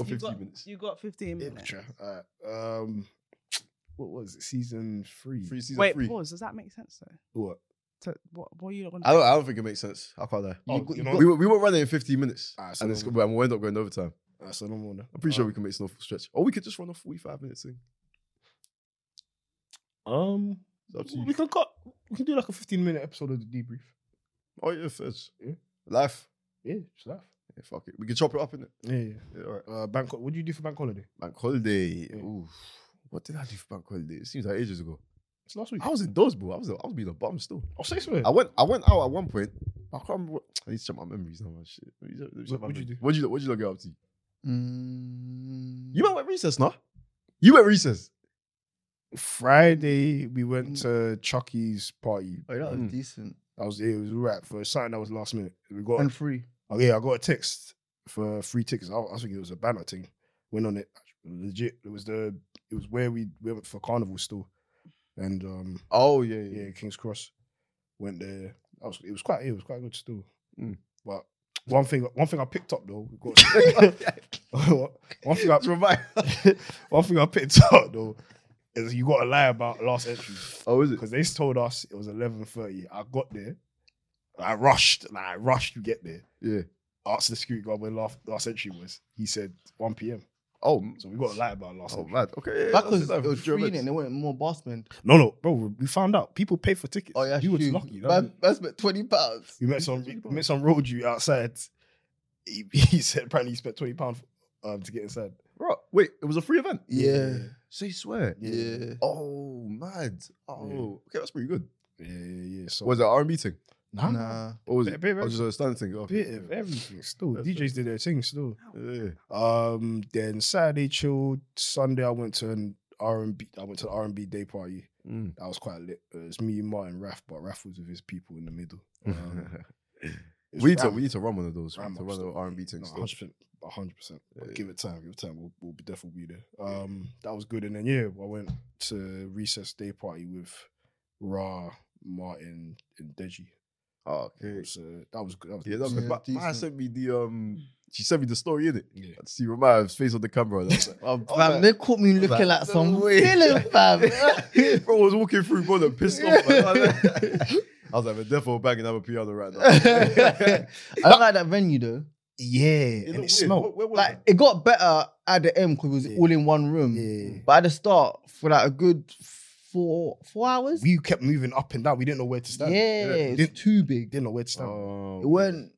Or You 15 got, minutes. You got 15 minutes. Imitra. All right. Um, what was it? Season three. Free season Wait, three. pause. Does that make sense though? What? To, what, what are you on? I don't, I don't think it makes sense. I can't lie. Oh, You- you you know- got- we, were, we were running in 15 minutes. Alright, so and it's, then- and we'll end up going overtime. That's what I'm on. I'm pretty sure we can make an awful stretch. Or we could just run a 45 minute thing. Um, It's up to we you. can cut. We can do like a 15 minute episode of the debrief. Oh, yeah, feds. Yeah. Life. Yeah, just laugh. Yeah, fuck it. We can chop it up in it. Yeah, yeah. Yeah, all right. Uh, bank. What do you do for bank holiday? Bank holiday. Yeah. Ooh. What did I do for bank holiday? It seems like ages ago. It's last week. I was in those, bro. I was, I was being a bum still. I'll say so. I went, I went out at one point. but I can't remember. What, I need to check my memories now, man. Shit. Let me check- let me check What- my what'd you memories. do? What'd you, what'd you lot get up to? Mm. You man went recess, nah? You went recess. Friday we went to Chucky's party. Oh, that was Mm. decent I was it was right for something that was last minute. We got and free. Oh yeah, I got a text for free tickets. I, I think it was a banner thing. Went on it legit. It was the it was where we went for carnival still, and um Oh, yeah, yeah. yeah, Kings Cross went there. I was, it was quite it was quite good still. Mm. But one thing one thing I picked up though, we got, one thing I That's right. one thing I picked up though is you got to lie about last entry Oh, is it? because they told us it was eleven thirty. I got there, I rushed, like I rushed to get there Yeah. asked the security guard when last, last entry was. He said 1 p.m. Oh, m- So we got to lie about last oh entry. man. Okay. yeah, yeah, That that's was, it that's was during free it. and they wanted more Bossman. No, no, bro. We found out people pay for tickets. Oh yeah, we were shoot. lucky. that was Man, it. man spent twenty pounds. We met some we met some road you outside. He, he said apparently he spent twenty pounds um, to get inside. Bro, wait, it was a free event. Yeah, So you swear. Yeah. yeah. Oh, mad. Oh, okay, that's pretty good. Yeah, yeah, yeah. So Was it R and B thing? nah, Nah, Or was Bit- it? bit of I was just a standing thing. Oh, bit of everything still. That's DJs did their thing still. yeah. Um, then Saturday chilled. Sunday I went to an R and B. I went to an R and B day party. Mm. That was quite lit. It was me, Martin, Raf, but Raf was with his people in the middle. Um, it was we need to Raf. we need to run one of those. We Ram need to up run still. an R and B thing. No, still. 100%. 100%. But Yeah. Give it time. Give it time. We'll, we'll be definitely be there. Um, that was good. And then, yeah, I went to recess day party with Ra, Martin, and Deji. Oh, It okay. was, uh, that was good. That was Yeah, that was Yeah, good. Ma- Ma decent. sent me the um. She sent me the story in it. Yeah. I see Ramaya's face on the camera. and I was like, oh, Oh, fam, man. they caught me was looking like, like no some way. villain, fam. Bro was walking through Gordon pissed off. man. I was like- I was like, man, definitely banging up a piano right now. I don't like that venue though. Yeah, It and looked it smelled. weird. Where- where was Like that? it got better at the end because it was Yeah. all in one room. Yeah. But at the start, for like a good four four hours, We kept moving up and down. We didn't know where to yeah, stand. it's Didn't, too big. didn't know where to stand. It Oh, weren't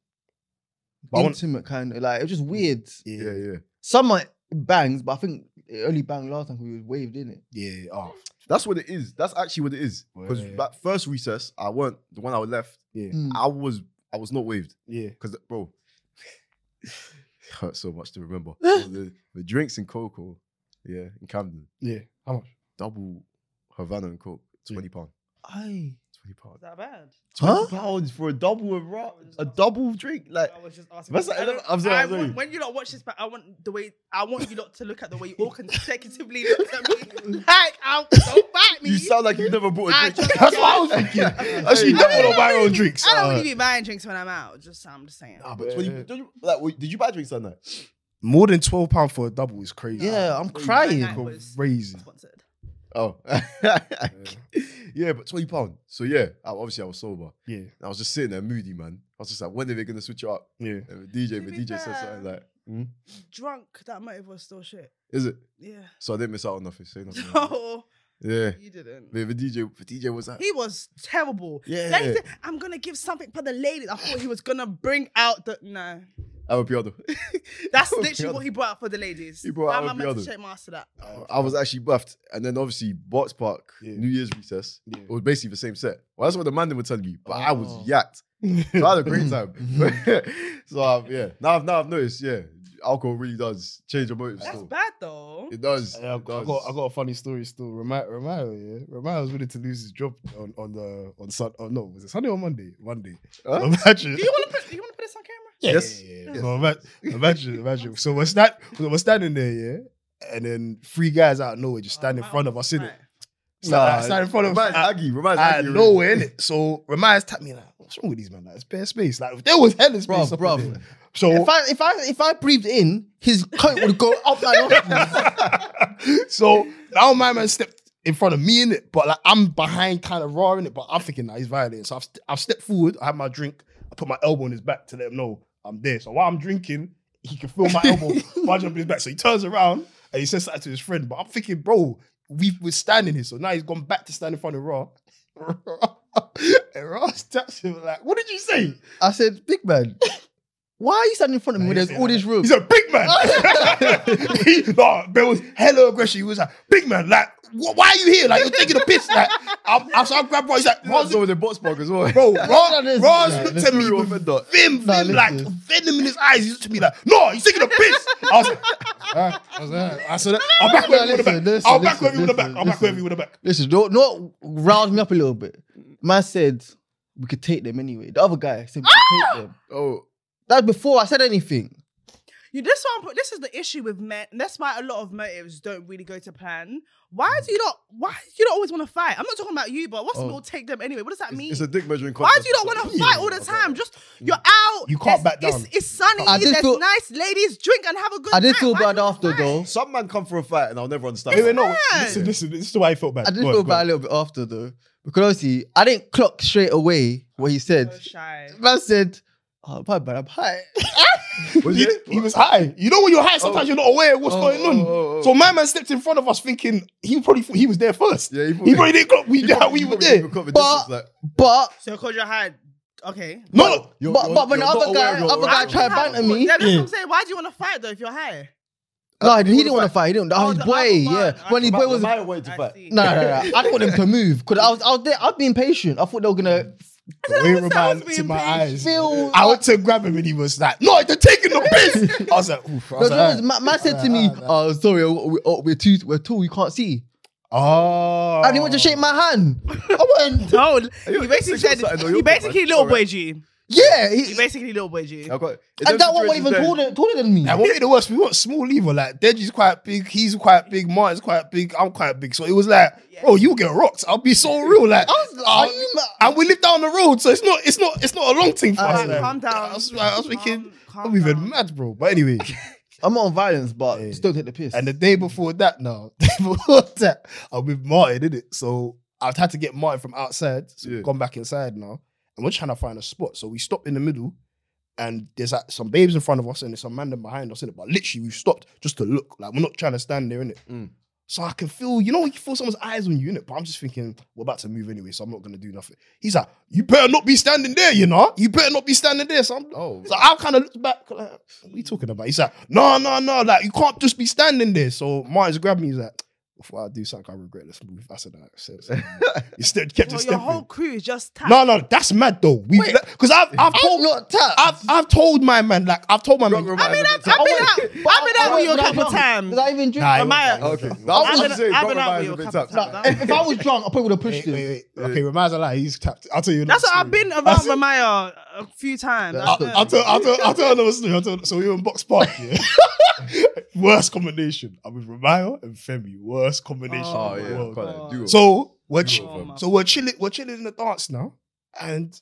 But I want- intimate kind of like it was just weird. yeah, yeah. Some are bangs, but I think it only banged last time because we was waved in it. Yeah. Oh, That's what it is. That's actually what it is. Because Word. that first recess, I weren't the one I was left. yeah. Hmm. Mm. I was I was not waved Yeah. because bro, it hurt so much to remember. So the, the drinks in Coco, yeah, in Camden, Yeah. How much? double Havana and Coke, Yeah. twenty pound, Aye. twenty pound, Is that bad? twenty pounds for a double of ra- a double drink. Like I was just asking. That's like- I don't- I'm sorry, I I'm sorry. want- when you not watch this back, I want the way I want you not to look at the way you all consecutively look at me. Like, I'll, don't bite me. you sound like you've never bought I a drink. just- That's what I was thinking. Actually, I you don't mean, want to buy your own drinks. I don't Uh, really be buying drinks when I'm out. Just I'm just saying. Nah, Ah, but 20, don't you, like, wait, did you buy drinks that night? more than twelve pound for a double is crazy. Yeah, I'm Wait, crying. that night was Crazy. Sponsored. Oh, yeah, but twenty pound. So yeah, I- obviously I was sober. Yeah. I was just sitting there moody, man. I was just like, when are they gonna switch it up? Yeah. And the DJ, To the be DJ said fair. something like, "Hmm? Drunk, that motive was still shit. "Is it?" Yeah. So I didn't miss out on nothing. Say nothing. No, yeah, you didn't. the, the DJ, the DJ was like, He was terrible. "Yeah, Then he said, I'm gonna give something for the lady. I thought he was gonna bring out the no. I'm a piano." That's That would be literally other. what he brought out for the ladies. He brought out How would am be I meant to other. shake master that? Oh, Uh, I was actually buffed, and then obviously Box Park Yeah. New Year's recess. Yeah. It was basically the same set. Well, that's what the man were telling me, but I was Oh. yacked. So I had a great time. so I've, yeah, now I've now I've noticed. Yeah, alcohol really does change your motives. That's still. bad though. It does. Yeah, I, I it got, I does. got a funny story still. Romero, Romero yeah, Romero was willing to lose his job on on the on Sun. Oh no, was it Sunday or Monday? Monday. Huh? Imagine. Do you want to put? Do you want to put this on camera? Yes. Yeah, yeah. So ima- imagine, imagine. So we're stand, so we're standing there, yeah, and then three guys out of nowhere just stand in front of us, innit? Right. Stand, stand in front of uh, us. Reminds out- Aggie. Reminds Out Aggie. of already. nowhere, innit? So Romero's tapped me like, what's wrong with these man? Like, it's bare space. Like, if there was hell in space. Bruv, up in bruv. there, So If I if I if I breathed in, his coat would go up my nostrils. so now my man stepped in front of me in it, but like I'm behind, kind of raw in it. But I'm thinking that he's violating. So I've, st- I've stepped forward. I have my drink. I put my elbow on his back to let him know I'm there. So while I'm drinking, he can feel my elbow budging up his back. So he turns around and he says that to his friend. But I'm thinking, bro, we we're standing here. So now he's gone back to stand in front of raw. and raw taps him like, "What did you say?" I said, big man, why are you standing in front of me when there's all this room? He's a big man. he, no, Bill was hella aggressive. He was like, big man, like, wh- why are you here? Like, you're taking a piss. Like, I'm, I'm so I grabbed bro. He's like, What's Roz, over the box park as well? bro, No, no, Roz, this- Roz no, looked this at Tell me me you with remember that. vim, vim, No, this like, is- venom in his eyes. He looked at me like, no, he's taking a piss. I was like, alright. I was like, alright. I said, I'll back No, with you with the listen, back. listen, I'll back with listen, you with the back. listen, I'll back with listen. you with the back. Listen, don't not rouse me up a little bit. Man said we could take them anyway. The other guy said we could Ah! take them. Oh, That's before I said anything. You this one. This is the issue with men. and That's why a lot of motives don't really go to plan. Why do you not? Why do you not always want to fight? I'm not talking about you, but what's Mm. Oh. we'll take them anyway. What does that it's, mean? it's a dick measuring why contest. do you not want to fight all the time? Just Mm. you're out. You can't there's- back down. It's, it's sunny. I did There's feel- nice ladies. Drink and have a good. I did night. feel Why do bad you wanna after fight? though. Some man come for a fight and I'll never understand. Wait, wait, no. mad. Listen, listen. This is why I felt bad. I did Go on, feel go bad a on. little bit after though because he I didn't clock straight away what he said. So shy. Man said, "Oh, bye, but I'm high." Was He, it? he was high. You know when you're high, sometimes you're not aware of what's Oh, going on. oh, oh, oh. So my man stepped in front of us, thinking he probably thought he was there first. Yeah, he He probably- probably didn't. Clock, we, he yeah, probably- we he were probably there. even cut the But- distance, like, But So cause you're high. Okay. No, you're- but you're- but when the you're not other aware guy of your other guy surroundings. tried banter me, Yeah, that's Yeah. what I'm saying. Why do you want to fight though if you're high? no, he didn't want to fight. He didn't. Oh, Oh, his the boy, other one. yeah. When his I- boy was My way to I fight. see. No, no, no, no. I didn't want him to move because I was, I was there. I've been patient. I thought they were gonna the way Roman sounds looked in being my paid. eyes. feel. I went to grab him and he was like, "No, they're taking the piss." I was like, "Oof." I No, was no, like, no, man man said to me, "Oh, sorry, oh, we, oh, we're too, we're tall. We can't see." "Oh." And he went to shake my hand. I went, No, you- you basically six said or something, no, you you're basically good, man. little Sorry. boy G. yeah. he- You basically little boy G. I've got- in them and that one situations wasn't even then- taller, taller than me. And what made it worse, we weren't small either. Like Deji's quite big, he's quite big, Martin's quite big, I'm quite big. So it was like, Yeah. Oh. "Bro, you get rocked." I'll be so real. Like, I was like, I'll- are you mad? and we live down the road, so it's not it's not it's not a long thing for Alright, us. like. calm down. I was, I was thinking, Calm- I'm even calm down. mad, bro. But anyway, I'm not on violence, but Yeah. still take the piss. and the day before that, now day before that, I'm with Martin, innit? So I've had to get Martin from outside, so Yeah. we've gone back inside now, and we're trying to find a spot. So we stopped in the middle, and there's like some babes in front of us, and there's some man behind us, innit? But literally, we've stopped just to look. Like we're not trying to stand there, innit? Mm. So I can feel, you know, when you feel someone's eyes on you, innit? But I'm just thinking, we're about to move anyway, so I'm not gonna do nothing. He's like, you better not be standing there, you know? You better not be standing there. So I'm Oh, so I kind of looked back, like, what are you talking about? He's like, no, no, no, like you can't just be standing there. So Martin's grabbed me, he's like, before I do something, I regret this move. I said, that sense. He still kept Well, his your step. whole crew is just tapped. No, no, that's mad though. We because I've I've I'm told not tapped. I've I've told my man, like I've told my Rock man. Ramaya. I mean, I've, I I've been went- out. I've been out with you a couple times. Did I even drink? Nah, he Ramaya. wasn't. Okay. He That wasn't. was I've what been, I'm saying. I've Rock been out Ramaya with has you a been couple tapped. Nah, times. if, if I was drunk, I probably would have pushed Wait, him. wait, wait. Okay, Ramaz a lie. He's tapped. I'll tell you. That's another what I've story. been around I'll- Ramaya a few times. That's I've the- been- I'll tell, I'll tell, I'll tell another story. I'll tell, so we were in Box Park, yeah. Worst combination. I'm with Ramayo and Femi. Worst combination. Oh, in the yeah. world. quite a duo. So we're Duo. ch- Oh, my so we're chilling, we're chilling in the dance now, and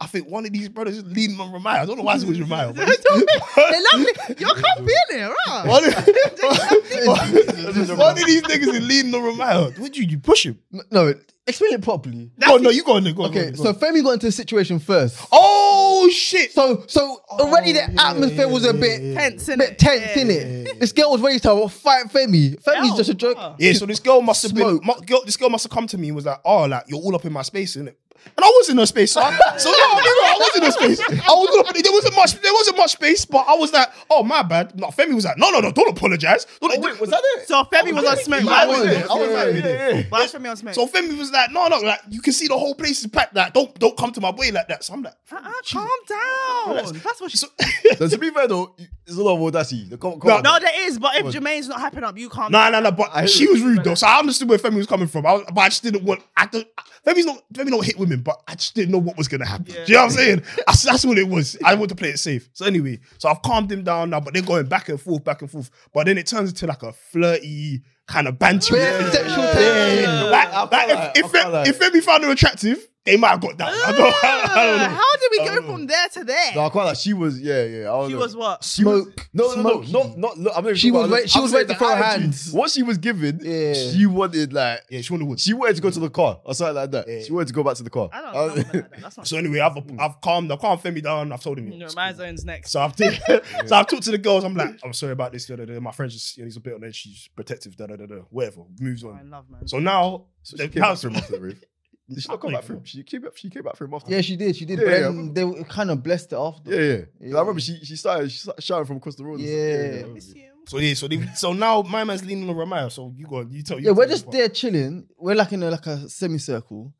I think one of these brothers is leaning on Ramayo. I don't know why it was Ramayo. but he's- They love me. You can't be in there, right? one, of, one of these niggas is leaning on Ramayo. Would you you push him? No, explain it properly. Oh no, you go on there. Go on, go Okay, on, go so on. Femi got into the situation first. oh shit. So, so already the Oh, yeah, atmosphere was yeah, a bit yeah, Tense, a innit? bit tense, innit? yeah, yeah. This girl was ready to fight Femi. Femi's Yeah, just a joke. bruh. Yeah, so this girl must have been Smoke. mu- girl, this girl must have come to me and was like, "Oh, like you're all up in my space, innit?" And I was in her space, so, I, so no, no, no, I was in her space. I was up, there wasn't much, there wasn't much space, but I was like, "Oh, my bad." No, Femi was like, "No, no, no, don't apologize." Don't, Oh, Wait, was that it? So Femi was on smoke. I Why was was there. I was Yeah, like, yeah, yeah. Why was Femi on smoke? So Femi was like, "No, no, like you can see the whole place is packed. Like, don't, don't come to my boy like that." So I'm like, Uh-uh, calm down. That's what she. so, So to be fair though, there's a lot of audacity. The com- No, com- No, there is, but if Jermaine's not hyping up, you can't. No, no, no. But I hear she it. was rude though, so I understood where Femi was coming from. I was, but I just didn't want. I don't. Femi's not. Femi not hit women, but I just didn't know what was gonna happen. Yeah. Do you know what I'm saying? that's, that's what it was. I want to play it safe. So anyway, so I've calmed him down now, but they're going back and forth, back and forth. But then it turns into like a flirty kind of banter. Yeah, sexual tension. Like, I feel like, like- if, I if, feel Fe- like- if Femi found her attractive. they might have got down. I don't, I don't know. How did we I go don't know. from there to there? No, I quite like she was. Yeah, yeah. I don't she know. was what? Smoke. No, no, no, Smoky. no, not. Look, I'm not even She talking was about- wait- she I'm was saying waiting the for her attitude. hands. What she was given, Yeah. she wanted like Yeah, she wanted wood. she wanted to go to the car or something like that. Yeah. She wanted to go back to the car. I don't know. women like that. That's not. uh, So anyway, I've I've calmed. I've calmed Femi down. I've told him. No, my zone's next. So I've taken, so I've talked to the girls. I'm like, I'm sorry about this. Da, da, da. My friend's just, you know, he's a bit on edge. She's protective. Da, da, da, da. Whatever. Moves I on. love man. So now, So the she came back house- for him after the rave. Did she not come Unbelievable. back for him? She came back. She came back for him after. Yeah, she did. She did. Yeah, yeah, I but then they kind of blessed it after. yeah, yeah. Yeah. Like, I remember she she started, she started shouting from across the road. and stuff. Yeah. yeah. Miss you. So yeah, so they, so now my man's leaning on Ramaya. So you go, you tell you. Yeah, we're tell just me there chilling. We're like in a, like a semicircle.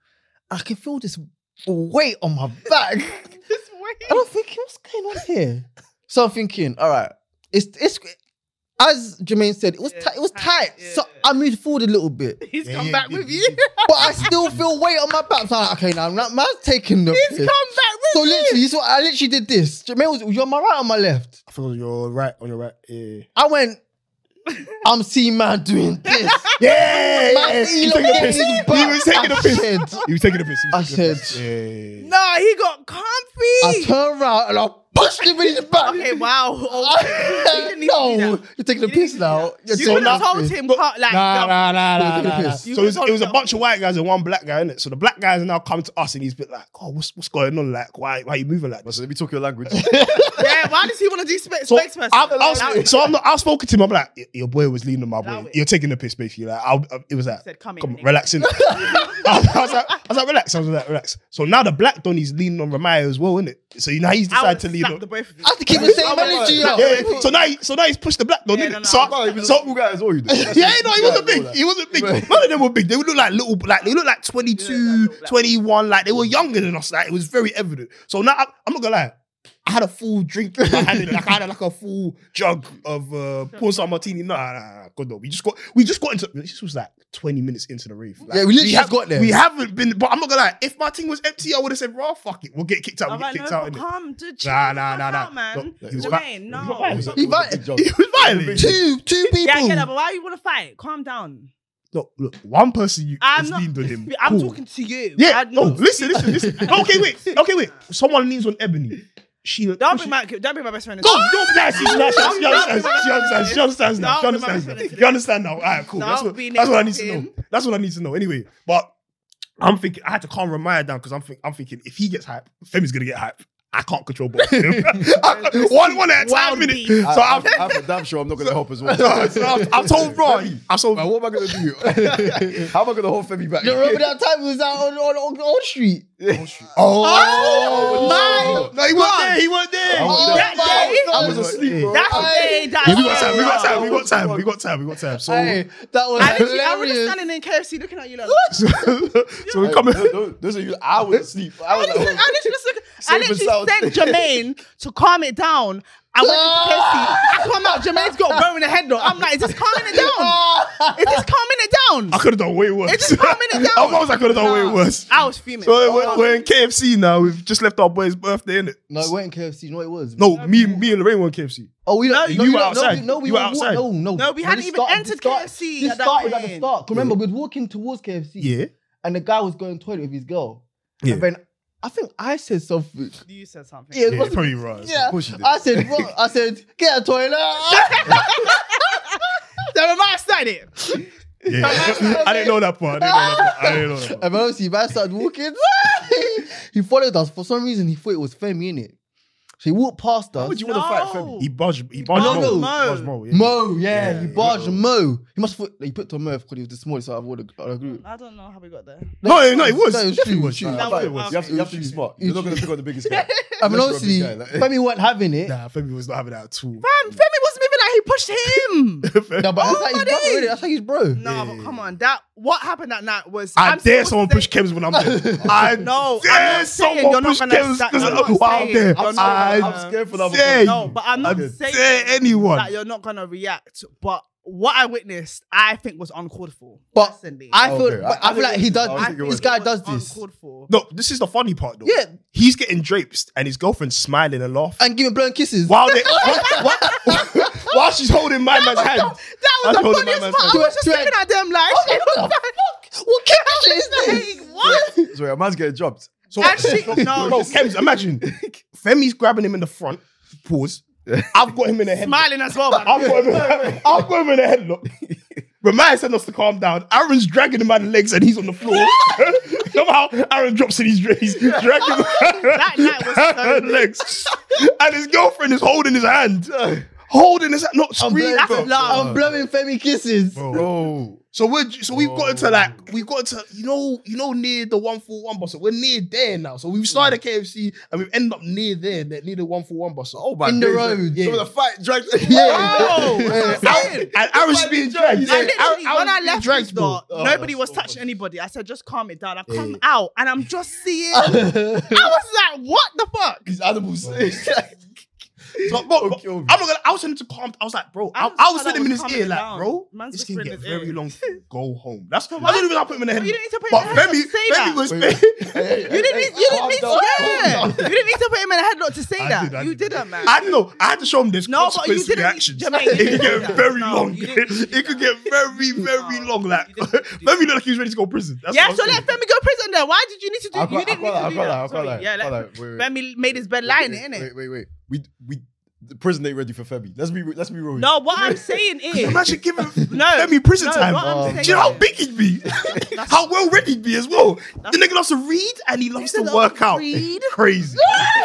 I can feel this weight on my back. This and way. I'm thinking, what's going on here? So I'm thinking, all right, it's it's as Jermaine said, it was Yeah, tight. It was tight, tight. So yeah. I moved forward a little bit, He's Yeah, come yeah, back yeah, with yeah, you. but I still feel weight on my back. So I'm like, okay, now that man's taking the. He's come piss. back with So literally, so I literally did this. Jermaine was, you're on my right, or my left. I feel you're right on your right. Yeah, I went. I'm seeing man doing this. yeah. Man, yeah. he He, was taking the elongated piss. his he was taking back. the I piss. said- He was taking the piss. He I was taking the said- piss. yeah. No, he got comfy. I turned around and I pushed him in his back. okay, wow. Oh, he didn't need to do that. no, you're taking the He didn't piss now. You You're so could have nasty. told him, cut, like, Nah, nah, nah, nah, nah, Taking the nah, nah. piss. You So it was, told it was a him. bunch of white guys and one black guy, innit? So the black guys now come to us and he's been like, "Oh, what's what's going on? Like, why why you moving like But this?" so let me talk your language. yeah, why does he want to do spe- So spokesperson? I've, Allow I've- it. so I'm not. I've spoken to him. I'm like, "Y- your boy was leaning on my Allow boy. it. You're taking the piss, basically. Like, I, I, it was like, He said, "Come here, come nigga." relaxing. I, was like, I was like, relax. I was like, relax. So now the black don he's leaning on Ramaya as well, isn't it? So now he's I would decided to lean slap on. the both of you. I have to keep the same my energy God. up. yeah, yeah. So now, he, so now he's pushed the black don, Yeah, innit? no, no, so, no, he was so a cool guy as well. You know. yeah, no, he wasn't Yeah, I know big. that. He wasn't big. Right. None of them were big. They would look like little, like they look like 22, Yeah, that little black- 21. Like they were younger than us. Like it was very evident. So now I, I'm not gonna lie. I had a full drink. in my hand, like I had like a full jug of uh, porn star martini. Nah, nah, nah, God no. We just got, we just got into. This was like 20 minutes into the rave. Like, Yeah, we literally just have- got there. We haven't been, but I'm not gonna lie. If my thing was empty, I would have said, "Raw, fuck it, we'll get kicked out. I'm We get like, no, kicked out." but innit?" come to chill Nah, nah, the fuck nah, nah. out, man. No, he was Jermaine, back. no. It was a- Yeah, it was a He big job. He was violent. Two, two people. I get that, but why you want to fight? Calm down. Look, look, one person you I'm has not. leaned on him. I'm Cool. talking to you. Yeah. I know. No, listen, listen, listen. okay, wait. Okay, wait. Someone leans on Ebony. She. Don't bring my don't bring my best friend. into Go. this. No, nah, she, nah, she, she understands. She understands. She understands now. She Don't be understands now. my friend. You understand now. All right, cool. That's Don't what, be that's what I need to negative. know. That's what I need to know. Anyway, but I'm thinking. I had to calm Ramaya down because I'm, think, I'm thinking if he gets hype, Femi's gonna get hype. I can't control both of them. one, one at a time, Wild innit? beast. So I, I've, am I'm for damn sure I'm not gonna help as well. so I've, I've told Raw. I've told Like, what am I gonna do? How am I gonna hold Femi back? You remember that time we was out on on, on, on street? Oh, my no, he wasn't there. He wasn't there. I was Oh like- my I was God. asleep, bro. That's I- day, that's Yeah, we got time. We got day. time. We got time. We got time. We got time. So, Hey, that was I literally, I was just hilarious. standing in KFC looking at you like. so, so we Hey, come in. no, no, Those are you. I was asleep. I I was literally, like, I literally, just- I Safe and literally sent sound. Jermaine to calm it down. I went into KFC. I come out, Jermaine's got burn in the head though. I'm like, is this calming it down? Is this calming it down? I could have done way worse. It's just calming it down. I was I could have done way worse. I was fuming. So we're, we're in KFC now. We've just left our boy's birthday, innit? No, it weren't KFC. You know what it was? No, me, me and Lorraine were in KFC. Oh, we no, you were outside. No, we You were wa- outside. No, no, No, we No, hadn't this even started- entered this started- KFC This at that started at the point. start. 'Cause Remember, we were walking towards KFC. Yeah. and the guy was going to the toilet with his girl. Yeah. And then I think I said something. You said something. Yeah, it Yeah, must- probably right. yeah. course you did. I said, what? I said, get a toilet. Then Ramaya started it. Yeah. I didn't know that part. I didn't know that part. and then obviously, man started walking. he followed us. For some reason, he thought it was Femi, innit? So he walked past How us. would you want to fight No. Femi? He budged. He budged. No, no. Budged Mo. yeah. Mo, yeah, he barged yeah. Mo. He must have he put on Mo because he was the smallest out of all the, out of the group. I don't know how we got there. No, no, it was. No, it was Definitely true, was. true. Nah, I Nah, That thought was- it was. okay. You have to- you have to be smart. You're not gonna pick on the biggest guy. I mean, Unless honestly, you're a big guy, like- Femi weren't having it. Nah, Femi was not having that at all. Fam, Femi was moving like he pushed him. No, but that's like Nobody. his brother, innit? That's like his bro. no, but come on. That what happened that night was. I I'm dare still someone saying- push Kems when I'm there. I No, dare I'm not saying someone you're not push gonna Kems start- because I'm not I'm out saying- there. I'm I'm, sorry, scared- I uh, I'm scared for that. dare No, you. but I'm not I saying dare anyone. that you're not gonna react. But what I witnessed, I think was uncalled for. But personally. I feel, Okay, I- but Oh, I, I feel like he think- does. I This, think it this was- guy does this Uncalled for. No, this is the funny part though. Yeah. He's getting draped and his girlfriend smiling and laughing. and giving blowing kisses. While they while, while, while she's holding my man's hand. That was I the told him, funniest man, part. I man, was just man. looking at them like, What the fuck? What kind of shit is this? Hey, What? Sorry, a man's getting dropped. So Actually, no. bro, Kems, imagine Femi's grabbing him in the front. Pause. I've got him in the head. Smiling as well. man. I've got him. In, I've got him in a headlock. Ramaya said us to calm down. Aaron's dragging him by the legs and he's on the floor. Somehow Aaron drops in his he's dragging him That night was so by the legs. And his girlfriend is holding his hand. Holding his hand, not screaming. That's bro. love. I'm blowing Femi kisses. Bro. So we're so we've gotten to like we've gotten to you know you know near the one for one bus. We're near there now. So we've started KFC and we've ended up near there, that- near the one for one bus. Oh my! In the road. Yeah. So the fight dragged. Oh, that's what I'm saying. And Aaron's being dragged. I literally, Aaron- when I Aaron's being left dragged, the store, bro. nobody was touching anybody. I said, just calm it down. I've come out and I'm just seeing. I was like, what the fuck? These animals. But, bro, bro, kill me. I'm not gonna. I was telling him to calm. I was like, bro. I, Man's I was colour telling him in was his coming ear, like, down. bro, Man's this just can putting get his ear. very long. Go home. That's I why- don't even. I put him in the But head. you didn't need to put But him in a Femi, headlock to say Femi that. was. You didn't need, you didn't need, to, yeah. you didn't need to put him in a headlock to say that. did, I you did. didn't, man. I don't know. I had to show him this No, but you consequence didn't- reactions. Jermaine, you it could didn't do get that. very No, long. you didn't do It could that. get very, very No, long. Like you didn't do that. Femi looked like he was ready to go to prison. That's yeah, what so I'm let saying. Femi go prison then. Why did you need to do I can't- You didn't I can't need to do lie, I that. can't Sorry. lie, I yeah, can't let- lie. Wait, wait. Femi made his bed lying, wait, innit? wait, wait, wait. We we the prison ain't ready for Femi. Let's be let's be real. No, what I'm saying is. Imagine giving No, Femi prison no, time. what I'm Do saying you know how is- big he'd be? how well read he'd be as well. The nigga loves to read and he loves to said work out. read? Crazy.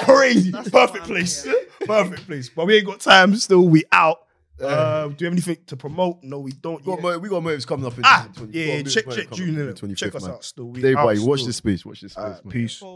Crazy. what Perfect I'm place. saying. Perfect place. But we ain't got time still. We out. Um, do you have anything to promote? No, we don't. We yet. got, mo- we got motives coming up in Ah, 20 yeah, got check, motives check coming up in June. innit? 25th, Check us man. out still. We Everybody, out watch still. this space. Watch this space. Alright, man. peace. Paul.